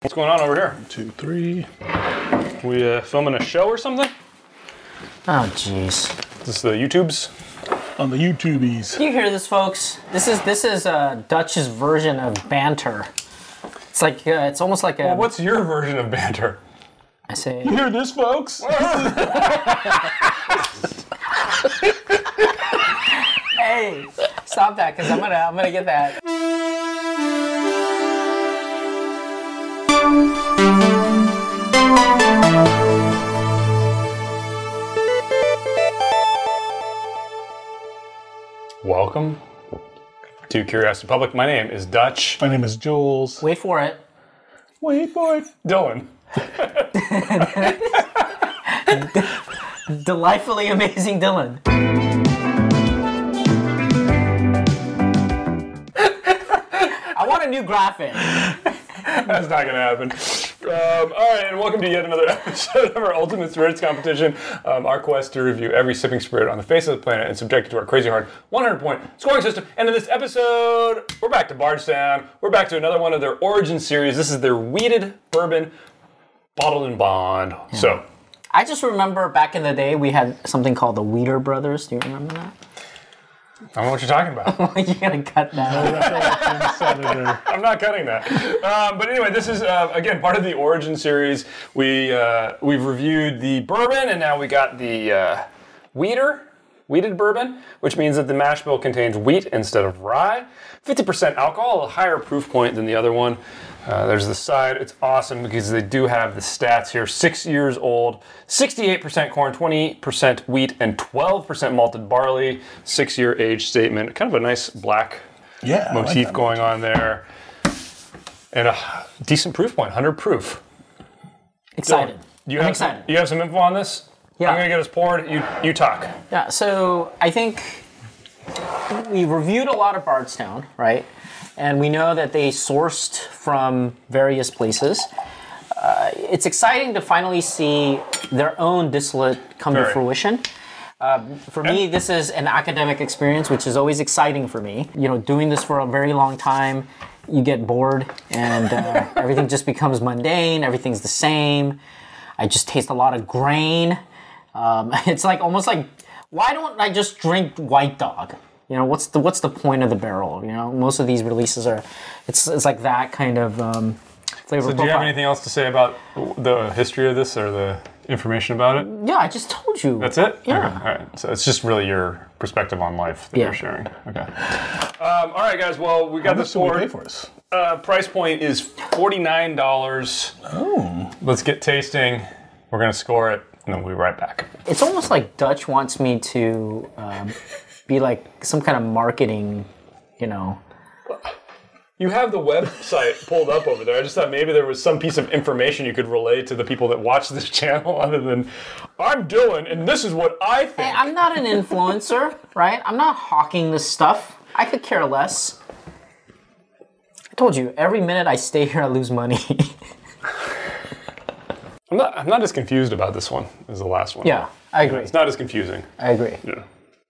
What's going on over here? Two, three. We uh, filming a show or something? Oh, jeez. This is the YouTubes. On the YouTubies. You hear this, folks? This is this is uh, Dutch's version of banter. It's like uh, it's almost like a. What's your version of banter? I say? You hear this, folks? Hey, stop that, cause I'm gonna I'm gonna get that. Welcome to Curiosity Public. My name is Dutch. My name is Jules. Wait for it. Wait for it. Dylan. Delightfully amazing, Dylan. I want a new graphic. That's not gonna happen. Um, all right, and welcome to yet another episode of our Ultimate Spirits competition. Um, our quest to review every sipping spirit on the face of the planet and subject it to our crazy hard 100 point scoring system. And in this episode, we're back to Bardstown. We're back to another one of their origin series. This is their weeded bourbon bottled in bond. So. I just remember back in the day we had something called the Weeder Brothers. Do you remember that? I don't know what you're talking about. You're gonna cut that. Senator. I'm not cutting that. Um, but anyway, this is uh, again part of the origin series. We uh, we've reviewed the bourbon, and now we got the uh, weeder. Wheated bourbon, which means that the mash bill contains wheat instead of rye. 50% alcohol, a higher proof point than the other one. Uh, there's the side. It's awesome because they do have the stats here. Six years old, 68% corn, 20% wheat, and 12% malted barley. Six year age statement. Kind of a nice black Yeah. I like motif that. going on there. And a decent proof point, 100 proof. Excited. You I'm have excited. Some, you have some info on this? Yeah. I'm going to get us poured. You, you talk. Yeah, so I think we reviewed a lot of Bardstown, right? And we know that they sourced from various places. Uh, it's exciting to finally see their own distillate come to Very. fruition. Um, for me, this is an academic experience, which is always exciting for me. You know, doing this for a very long time, you get bored and uh, everything just becomes mundane, everything's the same. I just taste a lot of grain. Um, it's like almost like why don't I just drink White Dog? You know, what's the what's the point of the barrel? You know, most of these releases are, it's it's like that kind of um, flavor So do you have anything else to say about the history of this or the information about it? Yeah, I just told you. That's it? Yeah. Okay, All right. So it's just really your perspective on life that Yeah. you're sharing. Okay. Um, all right, guys. Well, we got That's this what we pay poured. for us. Uh, price point is $49. Oh. Let's get tasting. We're going to score it, and then we'll be right back. It's almost like Dutch wants me to um, be like some kind of marketing, you know. You have the website pulled up over there. I just thought maybe there was some piece of information you could relay to the people that watch this channel other than I'm Dylan and this is what I think. I'm not an influencer, right? I'm not hawking this stuff. I could care less. I told you, every minute I stay here, I lose money. I'm not, I'm not as confused about this one as the last one. yeah, I agree. It's not as confusing. I agree. Yeah.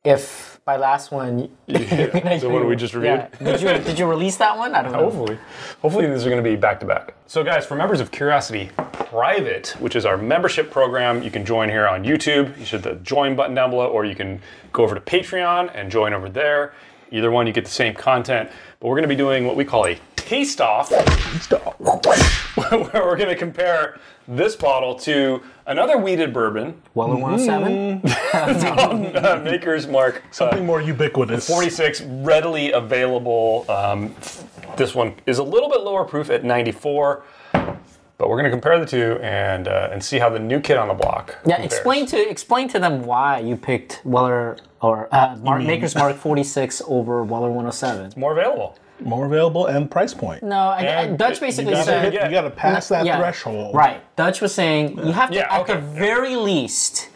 If by last one, yeah. The one we just reviewed. Oh, yeah. Did you did you release that one? I don't know. Hopefully. Hopefully these are going to be back to back. So guys, for members of Curiosity Private, which is our membership program, you can join here on YouTube. You should hit the join button down below, or you can go over to Patreon and join over there. Either one, you get the same content. But we're going to be doing what we call a taste off, where we're going to compare this bottle to another weeded bourbon, Weller 107. mm-hmm. uh, Maker's Mark uh, Something more ubiquitous. 46 readily available. Um, this one is a little bit lower proof at 94, but we're going to compare the two and uh, and see how the new kid on the block. Yeah, compares. explain to explain to them why you picked Weller or uh, Mark, Maker's Mark 46 over Weller 107. More available. More available and price point. No, I, I- And Dutch you basically gotta said You, Yeah. get- you gotta pass that yeah, threshold. Right, Dutch was saying you have to Yeah, at okay, the yeah. very least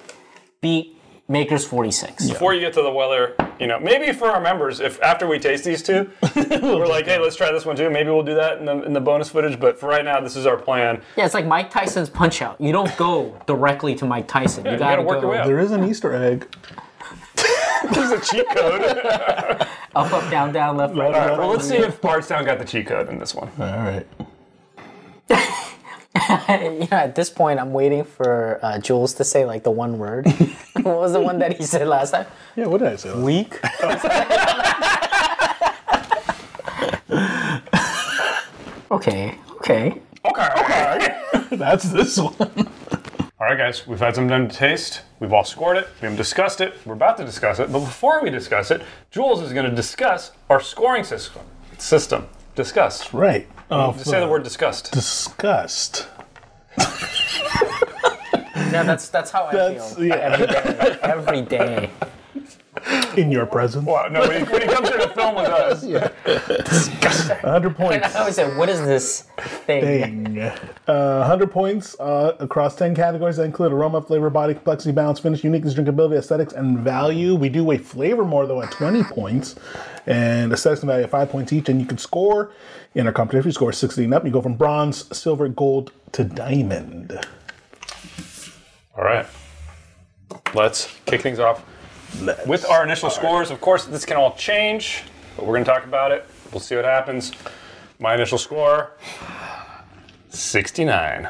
beat Maker's 46. Before you get to the weather, you know, maybe for our members, if after we taste these two, we're like, hey, let's try this one too. Maybe we'll do that in the, in the bonus footage. But for right now, this is our plan. Yeah, it's like Mike Tyson's Punch Out. You don't go directly to Mike Tyson. you you gotta gotta, work go your way There is an Easter egg. This is a cheat code. up, up, down, down, left, right. All right, well, let's see if Bardstown got the cheat code in this one. All right. you know, at this point, I'm waiting for uh, Jules to say like the one word. what was the one that he said last time? Yeah, what did I say? Weak. okay. Okay. Okay, okay. That's this one. All right, guys, we've had some time to taste. We've all scored it. We've discussed it. We're about to discuss it. But before we discuss it, Jules is going to discuss our scoring system. System. Discuss. Right. Oh, Just say the word discussed. disgust. Yeah, that's that's how I That's feel yeah. every day. In your presence. Wow, no, when he, when he comes here to film with us, hundred points. I always say, what is this thing? Ding. Uh, hundred points uh, across ten categories that include aroma, flavor, body, complexity, balance, finish, uniqueness, drinkability, aesthetics, and value. We do weigh flavor more though at twenty points, and aesthetics and value at five points each. And you can score in our competition. If you score sixteen up, you go from bronze, silver, gold to diamond. All right. Let's kick things off Let's- with our initial scores. Of course, this can all change, but we're going to talk about it. We'll see what happens. My initial score 69.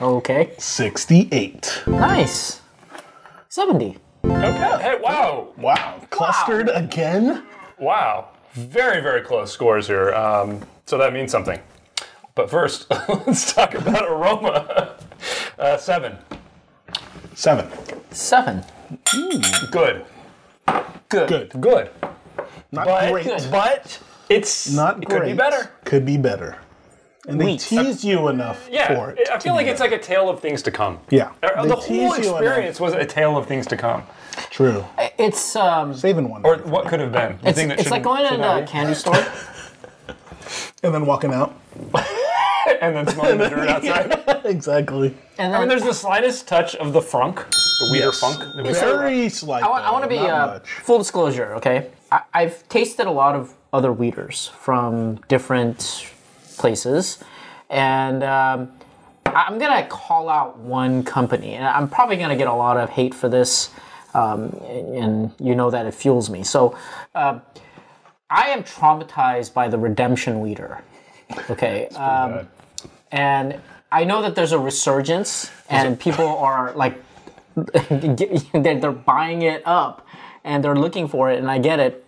Okay. sixty-eight. Nice. Seventy. Okay. Hey, wow. Wow. Clustered again? Wow. Very, very close scores here. Um, so that means something. But first, let's talk about aroma. Uh, seven. Seven. Seven. Good. Good. Good. Good. Not But, great. but it's Not it great. could be better. Could be better. And they Wheat. teased you enough Yeah, for it. I feel like it's like a tale of things to come. Yeah. Uh, They the tease whole you enough. experience was a tale of things to come, True. It's um. Saving one. or what could have been. The It's, thing that it's like shouldn't- going to should a not candy store. and then walking out. be. and then smelling the dirt outside. exactly. And then I mean, there's the slightest touch of the frunk, the weeder Yes. funk. that we said. Very slight. I, want to be uh, full disclosure, okay? I, I've tasted a lot of other weeders from different places, and um, I- I'm gonna call out one company, and I'm probably gonna get a lot of hate for this, um, and, and you know that it fuels me. So, uh, I am traumatized by the Redemption Weeder, okay? Um, and I know that there's a resurgence, and people are like get- they're, they're buying it up and they're looking for it and i get it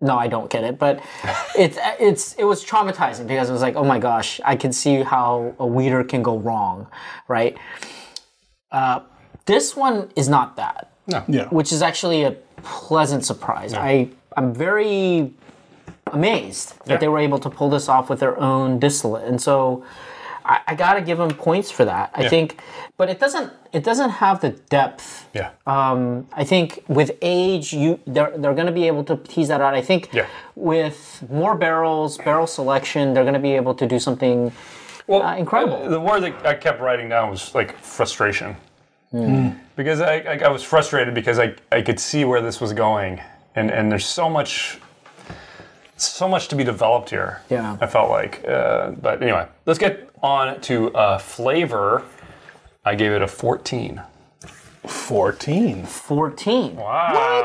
no i don't get it but it's it's it was traumatizing because it was like oh my gosh i can see how a weeder can go wrong right uh, this one is not that Yeah. which is actually a pleasant surprise i i'm very amazed that they were able to pull this off with their own distillate and so I, I gotta give them points for that. I think, but it doesn't it doesn't have the depth Yeah. um, I think with age, you they're, they're going to be able to tease that out. I think Yeah. with more barrels, barrel selection, they're going to be able to do something. well, uh, incredible. uh, The word that I kept writing down was like frustration, Hmm. because I, I I was frustrated because I I could see where this was going, and and there's so much. So much to be developed here. Yeah. I felt like, uh, but anyway, let's get on to uh, flavor. I gave it a 14. 14. 14. Wow.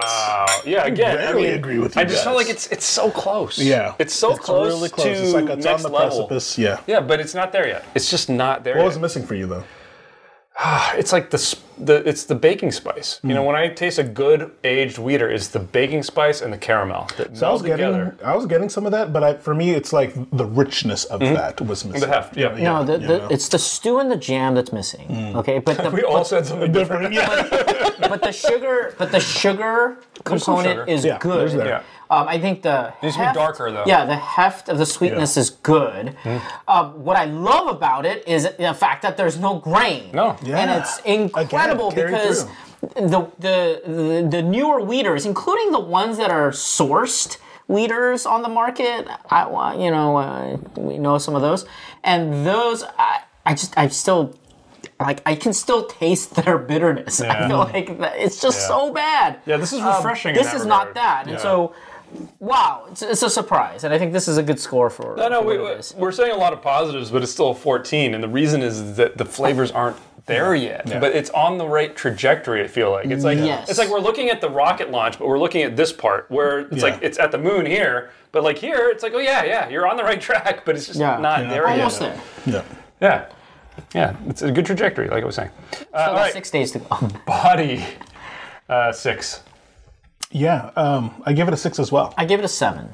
Yeah, again, I, Barely mean, agree with you. I just feel guys. like it's it's so close. Yeah. It's so close, really close. to it's like it's next on the level. precipice. Yeah. Yeah, but it's not there yet. It's just not there What yet. was missing for you, though? It's like the sp- the it's the baking spice. You know, when I taste a good aged wheater, it's the baking spice and the caramel that I was meld getting, together. I was getting some of that, but I, for me, it's like the richness of that was missing. Mm-hmm. The heft, yeah. Mm. No, the, you the, know. it's the stew and the jam that's missing. Okay, but the, We all said something different. but the sugar, but the sugar some component sugar. is Yeah, good. there's that. Yeah. Um, I think the needs to be darker, though. Mm-hmm. Yeah, the heft of the sweetness is good. Um, what I love about it is the fact that there's no grain. No. and Yeah. it's incredible Again, carry because through. the, the the the newer weeders, including the ones that are sourced weeders on the market, I want you know uh, we know some of those, and those I, I just I still like I can still taste their bitterness. I Yeah. feel like that, it's just Yeah. so bad. Yeah, this is Um, refreshing in this that is regard. not that, and Yeah. so wow, it's, it's a surprise, and I think this is a good score for. No, no, for we, what it is. we're saying a lot of positives, but it's still a 14. And the reason is that the flavors aren't there yet, but it's on the right trajectory. I feel like it's like Yes. it's like we're looking at the rocket launch, but we're looking at this part where it's like Yeah. it's at the moon here, but like here, it's like oh yeah, yeah, you're on the right track, but it's just Yeah. not Yeah. there almost yet. there. Yeah. Yeah. Yeah, it's a good trajectory, like I was saying. Uh, Still all got right, six days to go. Um, body uh, six. Yeah, um, I give it a six as well. I give it a seven.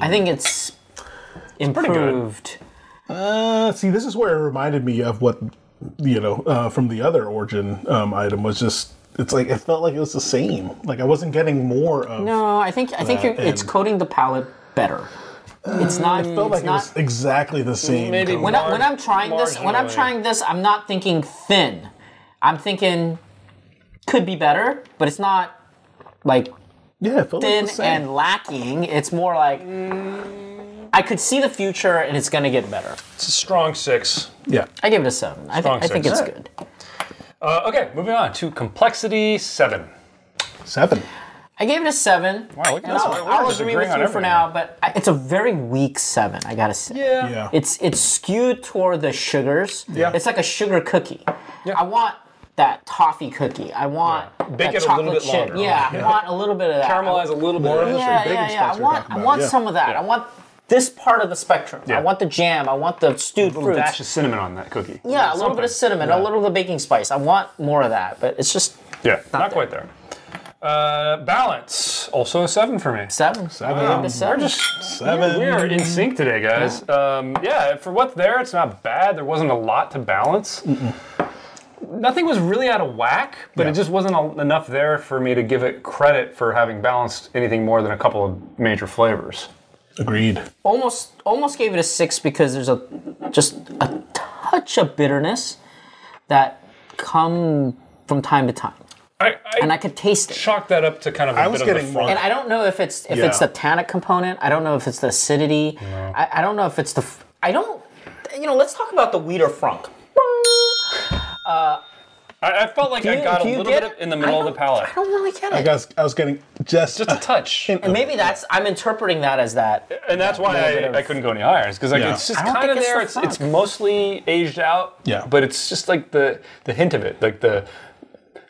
I think it's Hmm. pretty good. improved. Uh, see, this is where it reminded me of what you know uh, from the other origin um, item was just. It's like it felt like it was the same. Like I wasn't getting more of. No, I think I Uh, think That you're, it's and- coating the palette better. It's not. Uh, It felt it's like it not was exactly the same. Maybe color. when, I, when I'm trying this, when I'm marginally. trying this, I'm not thinking thin. I'm thinking could be better, but it's not like yeah, it felt like thin the same. and lacking. It's more like I could see the future, and it's gonna get better. It's a strong six. yeah, I give it a seven. I, Strong think I think six. it's good. Uh, okay, moving on to complexity seven. seven. I gave it a seven. Wow, look at And this. I'll, We're- we're I'll Oh, just agree with agreeing on you for everything. now, but I, it's a very weak seven. I gotta say. Yeah. It's it's skewed toward the sugars. Yeah. It's like a sugar cookie. I want that toffee cookie. I want Yeah. Bake that it a chocolate little bit chip. longer. Yeah, I want a little bit of that. Caramelize a little bit. That's Yeah, what baking yeah, yeah. I spice we're want talking I about, want yeah. some of that. I want this part of the spectrum. Yeah. I want the jam. I want the stewed A little fruits. dash of cinnamon on that cookie. yeah, a little bit of cinnamon, a little bit of baking spice. I want more of that, but it's just Yeah, not, there. quite there. Uh, balance, also a seven for me. seven. Seven. I gave it a seven. Seven. We are in sync today, guys. Um, yeah, for what's there, it's not bad. There wasn't a lot to balance. Nothing was really out of whack, but Yeah. it just wasn't a- enough there for me to give it credit for having balanced anything more than a couple of major flavors. Agreed. almost almost gave it a six because there's a just a touch of bitterness that come from time to time, I, and I I could taste it. chalked that up to kind of a I bit was of the getting front. more- And I don't know if it's if it's Yeah. the tannic component. I don't know if it's the acidity. I, I don't know if it's the. f- I don't. You know, let's talk about the wheat or frunk. I, I felt like Do I you- got a do you little get bit of, it? in the I middle of the don't- palate. I don't really get I it. guess I was getting just Just a touch. hint of- Maybe that's I'm interpreting that as that. And that's why little bit of- I, I couldn't go any higher, is because like Yeah. it's just I don't kind of think it's there. the It's, it's funk. mostly aged out. Yeah. But it's just like the the hint of it, like the.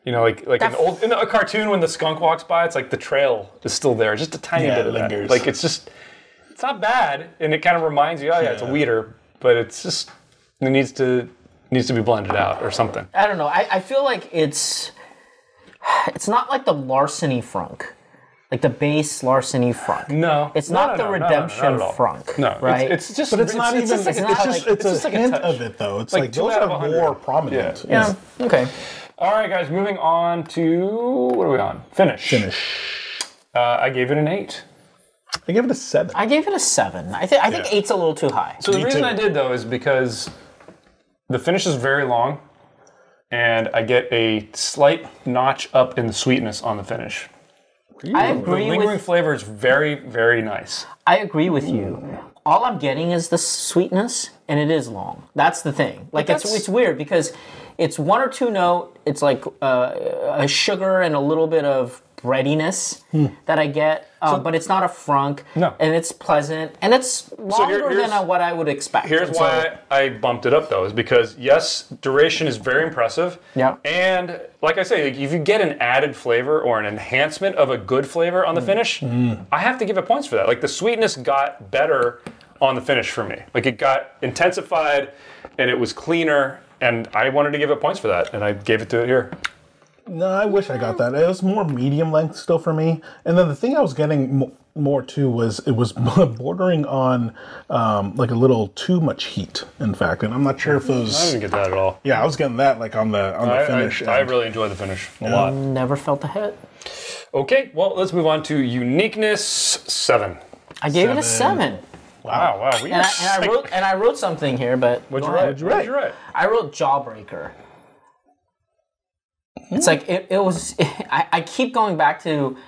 You know, like like an That- old in a cartoon when the skunk walks by, it's like the trail is still there, just a tiny Yeah, bit it of that. lingers. Like it's just, it's not bad, and it kind of reminds you, oh yeah, it's a Yeah. weeder, but it's just it needs to needs to be blended out or something. I don't know. I, I feel like it's it's not like the larceny frunk, like the base larceny frunk. No, It's no, no, not the no, no, no, redemption not at all. frunk, No, it's- right? It's, just, But it's, not even. just It's, like a just. touch. It's, a just like hint touch. of it, though. It's Like like, two those out of are 100. more prominent. Yeah. Yes. okay. All right, guys, moving on to what are we on? Finish. Finish. Uh, I gave it an eight. I give it a seven. I gave it a seven. I think I think Yeah. eight's a little too high. So the Me reason too. I did though is because the finish is very long, and I get a slight notch up in the sweetness on the finish. I The agree lingering with flavor is very, very nice. I agree with you. All I'm getting is the sweetness, and it is long. That's the thing. Like it's that's- it's weird because it's one or two note. It's like uh, a sugar and a little bit of breadiness that I get, uh, but it's not a frunk. Hmm. No. and it's pleasant, and it's longer than here's- uh, what I would expect. Here's And so- why I bumped it up though, is because yes, duration is very impressive. Yeah. And like I say, like, if you get an added flavor or an enhancement of a good flavor on the finish, I have to give it points for that. Like the sweetness got better on the finish for me. Like it got intensified and it was cleaner. And I wanted to give it points for that, and I gave it to it here. No, I wish I got that. It was more medium length still for me. And then the thing I was getting mo- more too was it was bordering on um, like a little too much heat. In fact, and I'm not sure if it I was. didn't get that at all. Yeah, I was getting that like on the on the I, I, finish. I end. really enjoyed the finish a lot. never felt the hit. Okay, well, let's move on to uniqueness seven. I gave it a Seven. seven. Wow, wow. We And I, and I wrote and I wrote something here, but What'd Go you ahead. write? you What'd you write? write? I wrote Jawbreaker. It's like it, it was. I, I keep going back to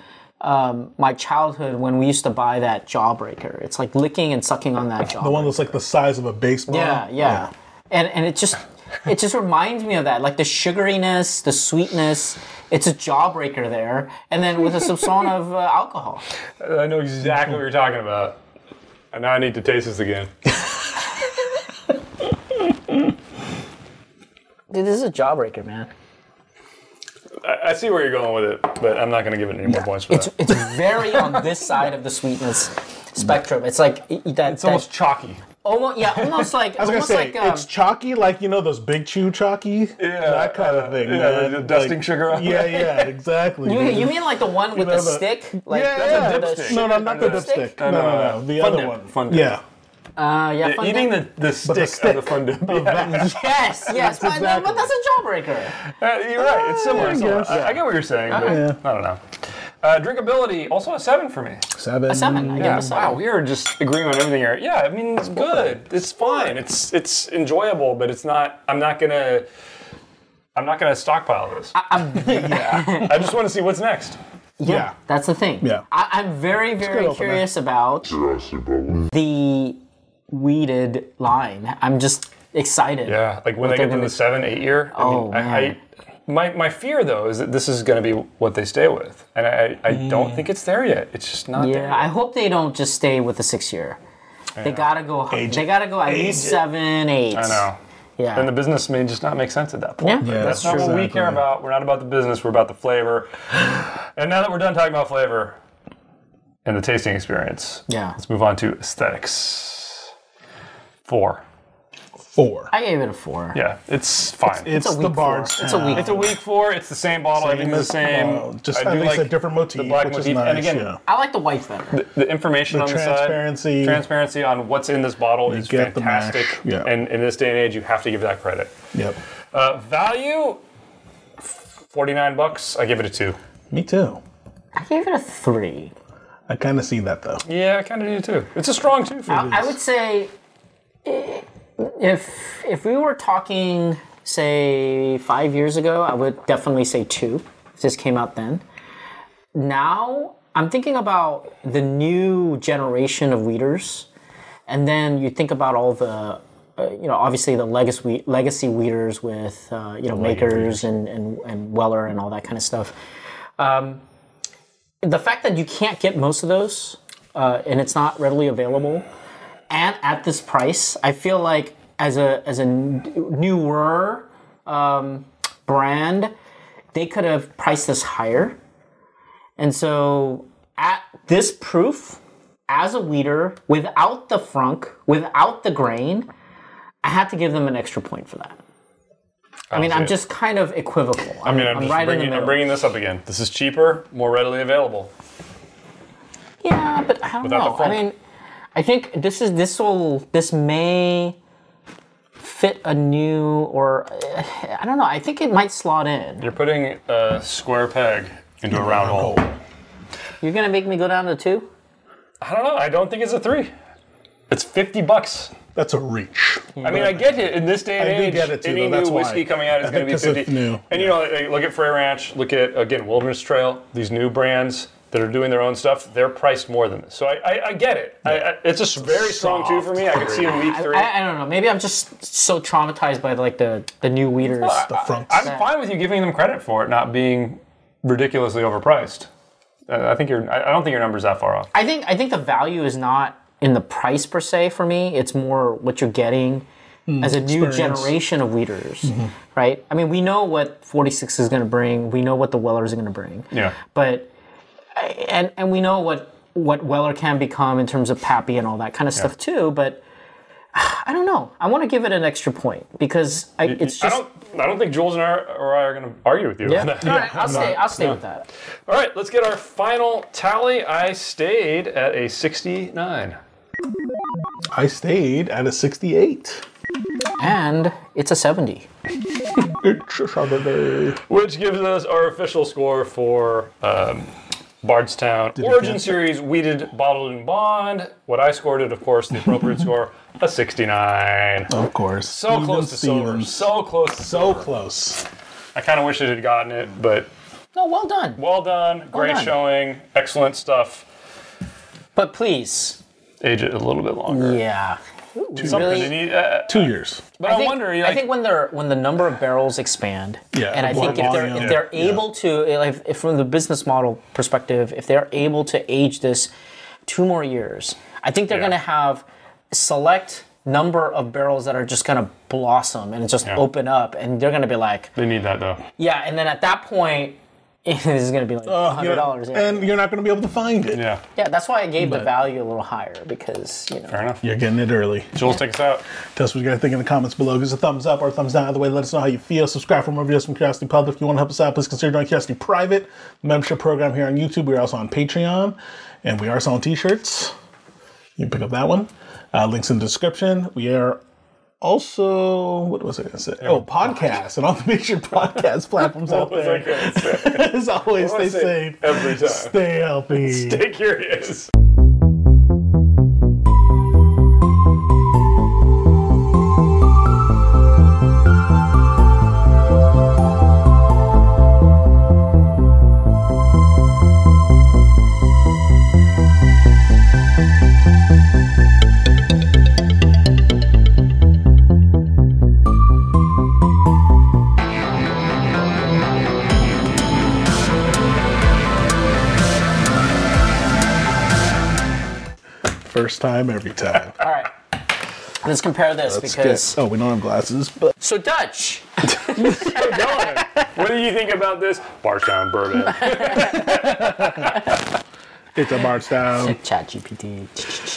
um, my childhood when we used to buy that Jawbreaker. It's like licking and sucking on that jaw. the one that's like the size of a baseball. yeah, yeah, And and it just it just reminds me of that, like the sugariness, the sweetness. It's a jawbreaker there, and then with a soupçon of uh, alcohol. I know exactly what you're talking about. And now I need to taste this again. Dude, this is a jawbreaker, man. I, I see where you're going with it, but I'm not going to give it any more points for It's that. it's very on this side of the sweetness spectrum. It's like that. It's almost chalky. Almost, yeah, almost like I was gonna almost say like um, it's chalky, like you know those big chew chalky, Yeah, that kind uh, of thing. yeah, man. the dusting Like- sugar on Yeah, it. yeah, exactly. you, dude. um, you mean like the one with know the the- stick? Like yeah, That's a the- dipstick. the no, no, not the No, no, dipstick. no, No, no, no, no, no. the Uh, Fun other dip, one. fun dip. yeah, Uh, yeah, fun Eating dip. the, the stick, of the stick. fun dip. Yeah. That- Yes, yes, but, exactly. but that's a jawbreaker. Uh, you're right. It's similar. I it's similar. I, guess. I get what you're saying. but Yeah. I don't know. Uh, drinkability also a seven for me. seven. A seven, I give it a seven. Wow, we are just agreeing on everything here. Yeah, I mean it's good. It's fine. It's it's enjoyable, but it's not. I'm not gonna. I'm not gonna stockpile this. I, just want to see what's next. Yeah. That's the thing. Yeah. I, I'm very, very opener. curious about the weeded line. I'm just excited. Yeah, like when they they're get to gonna- the seven, eight year. I Oh, mean, I, I, man. my my fear though is that this is gonna be what they stay with, and I I, I don't think it's there yet. It's just not there. Yeah, Yet. I hope they don't just stay with the six year. They gotta go. Age They it. gotta go at least Age it. seven, eight. I know. Yeah. And the business may just not make sense at that point. Yeah. But Yeah, that's, that's not true. what we Exactly. care about. We're not about the business. We're about the flavor. and now that we're done talking about flavor and the tasting experience, yeah. let's move on to aesthetics. Four. four. I gave it a four. Yeah, it's fine. It's, It's, a the weak four. Bard's. It's a weak a week four. It's the same bottle. Everything's the same. Well, just I at do least like a different motif, the black which motif. is nice. and again, yeah. I like the white better. the information on the transparency. side, transparency on what's in this bottle is get the mash, fantastic. yeah. And in this day and age, you have to give that credit. Yep. Uh, value, forty-nine bucks. I give it a two. Me too. I gave it a three. I kind of see that though. Yeah, I kind of do too. It's a strong two for me. I would say eh, if if we were talking say five years ago, I would definitely say two. If this came out then. Now I'm thinking about the new generation of weeders, and then you think about all the. Uh, you know, obviously the legacy we- legacy weeders with uh, you know makers and, and and Weller and all that kind of stuff. Um, the fact that you can't get most of those uh, and it's not readily available and at this price i feel like as a as a n- newer um, brand they could have priced this higher and so at this proof as a weeder without the frunk without the grain i had to give them an extra point for that i mean i'm just kind of equivocal I mean, I'm, just right in the bringing, I'm middle. bringing this up again. This is cheaper, more readily available. Yeah, but I don't Without the know. I funk. mean, I think this is this will this may fit a new or uh, I don't know. I think it might slot in. You're putting a square peg into a round hole. You're gonna make me go down to two. I don't know. I don't think it's a three. It's fifty bucks. That's a reach. I mean, I get it. In this day and I do age, get it, too, any though. new That's why. whiskey coming out is I going think to be 'cause of fifty. new. And you know, like, look at Frey Ranch. Look at again Wilderness Trail. These new brands that are doing their own stuff. They're priced more than this. So I, I, I get it. I, I, it's a very strong two for me. I could see in week I, three. I, I don't know. Maybe I'm just so traumatized by like the the new weeders. The front. I'm fine with you giving them credit for it not being ridiculously overpriced. Uh, I think you're. I I don't think your number's that far off. I think I think the value is not in the price per se for me. It's more what you're getting Hmm, as a new experience. generation of weeders, Mm-hmm. right? I mean, we know what 46 is going to bring. We know what the Wellers are going to bring. Yeah. but and and we know what what Weller can become in terms of Pappy and all that kind of stuff too. But I don't know. I want to give it an extra point because I, it's I just. don't. I don't think Jules and I, or I are going to argue with you. yeah. on that. All right, I'll stay. I'll stay with that. All right. Let's get our final tally. I stayed at a 69. I stayed at a 68. And it's a seventy. It's a Saturday. which gives us our official score for um, Bardstown Origin count? Series Weeded Bottled and Bond. What I scored it, of course, the appropriate score, a 69. Of course. So close to silver. Stevens. So close to So silver. close. I kind of wish it had gotten it, but No, well done. well done. Great done. showing. Excellent stuff. But please, Age it a little bit longer. yeah. Something really- to need, uh, Two years. but I, wonder. Like, I think when they're when the number of barrels expand, Yeah, and I the think if they're volume. if they're Yeah. able to, like, if from the business model perspective, if they're able to age this two more years, I think they're Yeah. going to have select number of barrels that are just going to blossom and just open up, and they're going to be like, they need that though. yeah, and then at that point. this is going to be like hundred dollars. yeah. Uh, And you're not going to be able to find it. Yeah. yeah, that's why I gave the value a little higher because you know. Fair enough. You're getting it early. Jules, take us out. Tell us what you guys think in the comments below. Give us a thumbs up or a thumbs down. Either way, let us know how you feel. Subscribe for more videos from Curiosity Public. If you want to help us out, please consider joining Curiosity Private membership program here on YouTube. We are also on Patreon, and we are selling T-shirts. You can pick up that one. Uh, links in the description. We are also what was I going to say? Oh, podcasts and all the major podcast platforms out What was I there. gonna say? As always, What do I stay say safe, every time. stay healthy. Stay curious. First time, every time. All right, let's compare this Let's get- because oh, we don't have glasses, but. so Dutch. What do you think about this? Barstown bourbon. It's a march down. Chat GPT.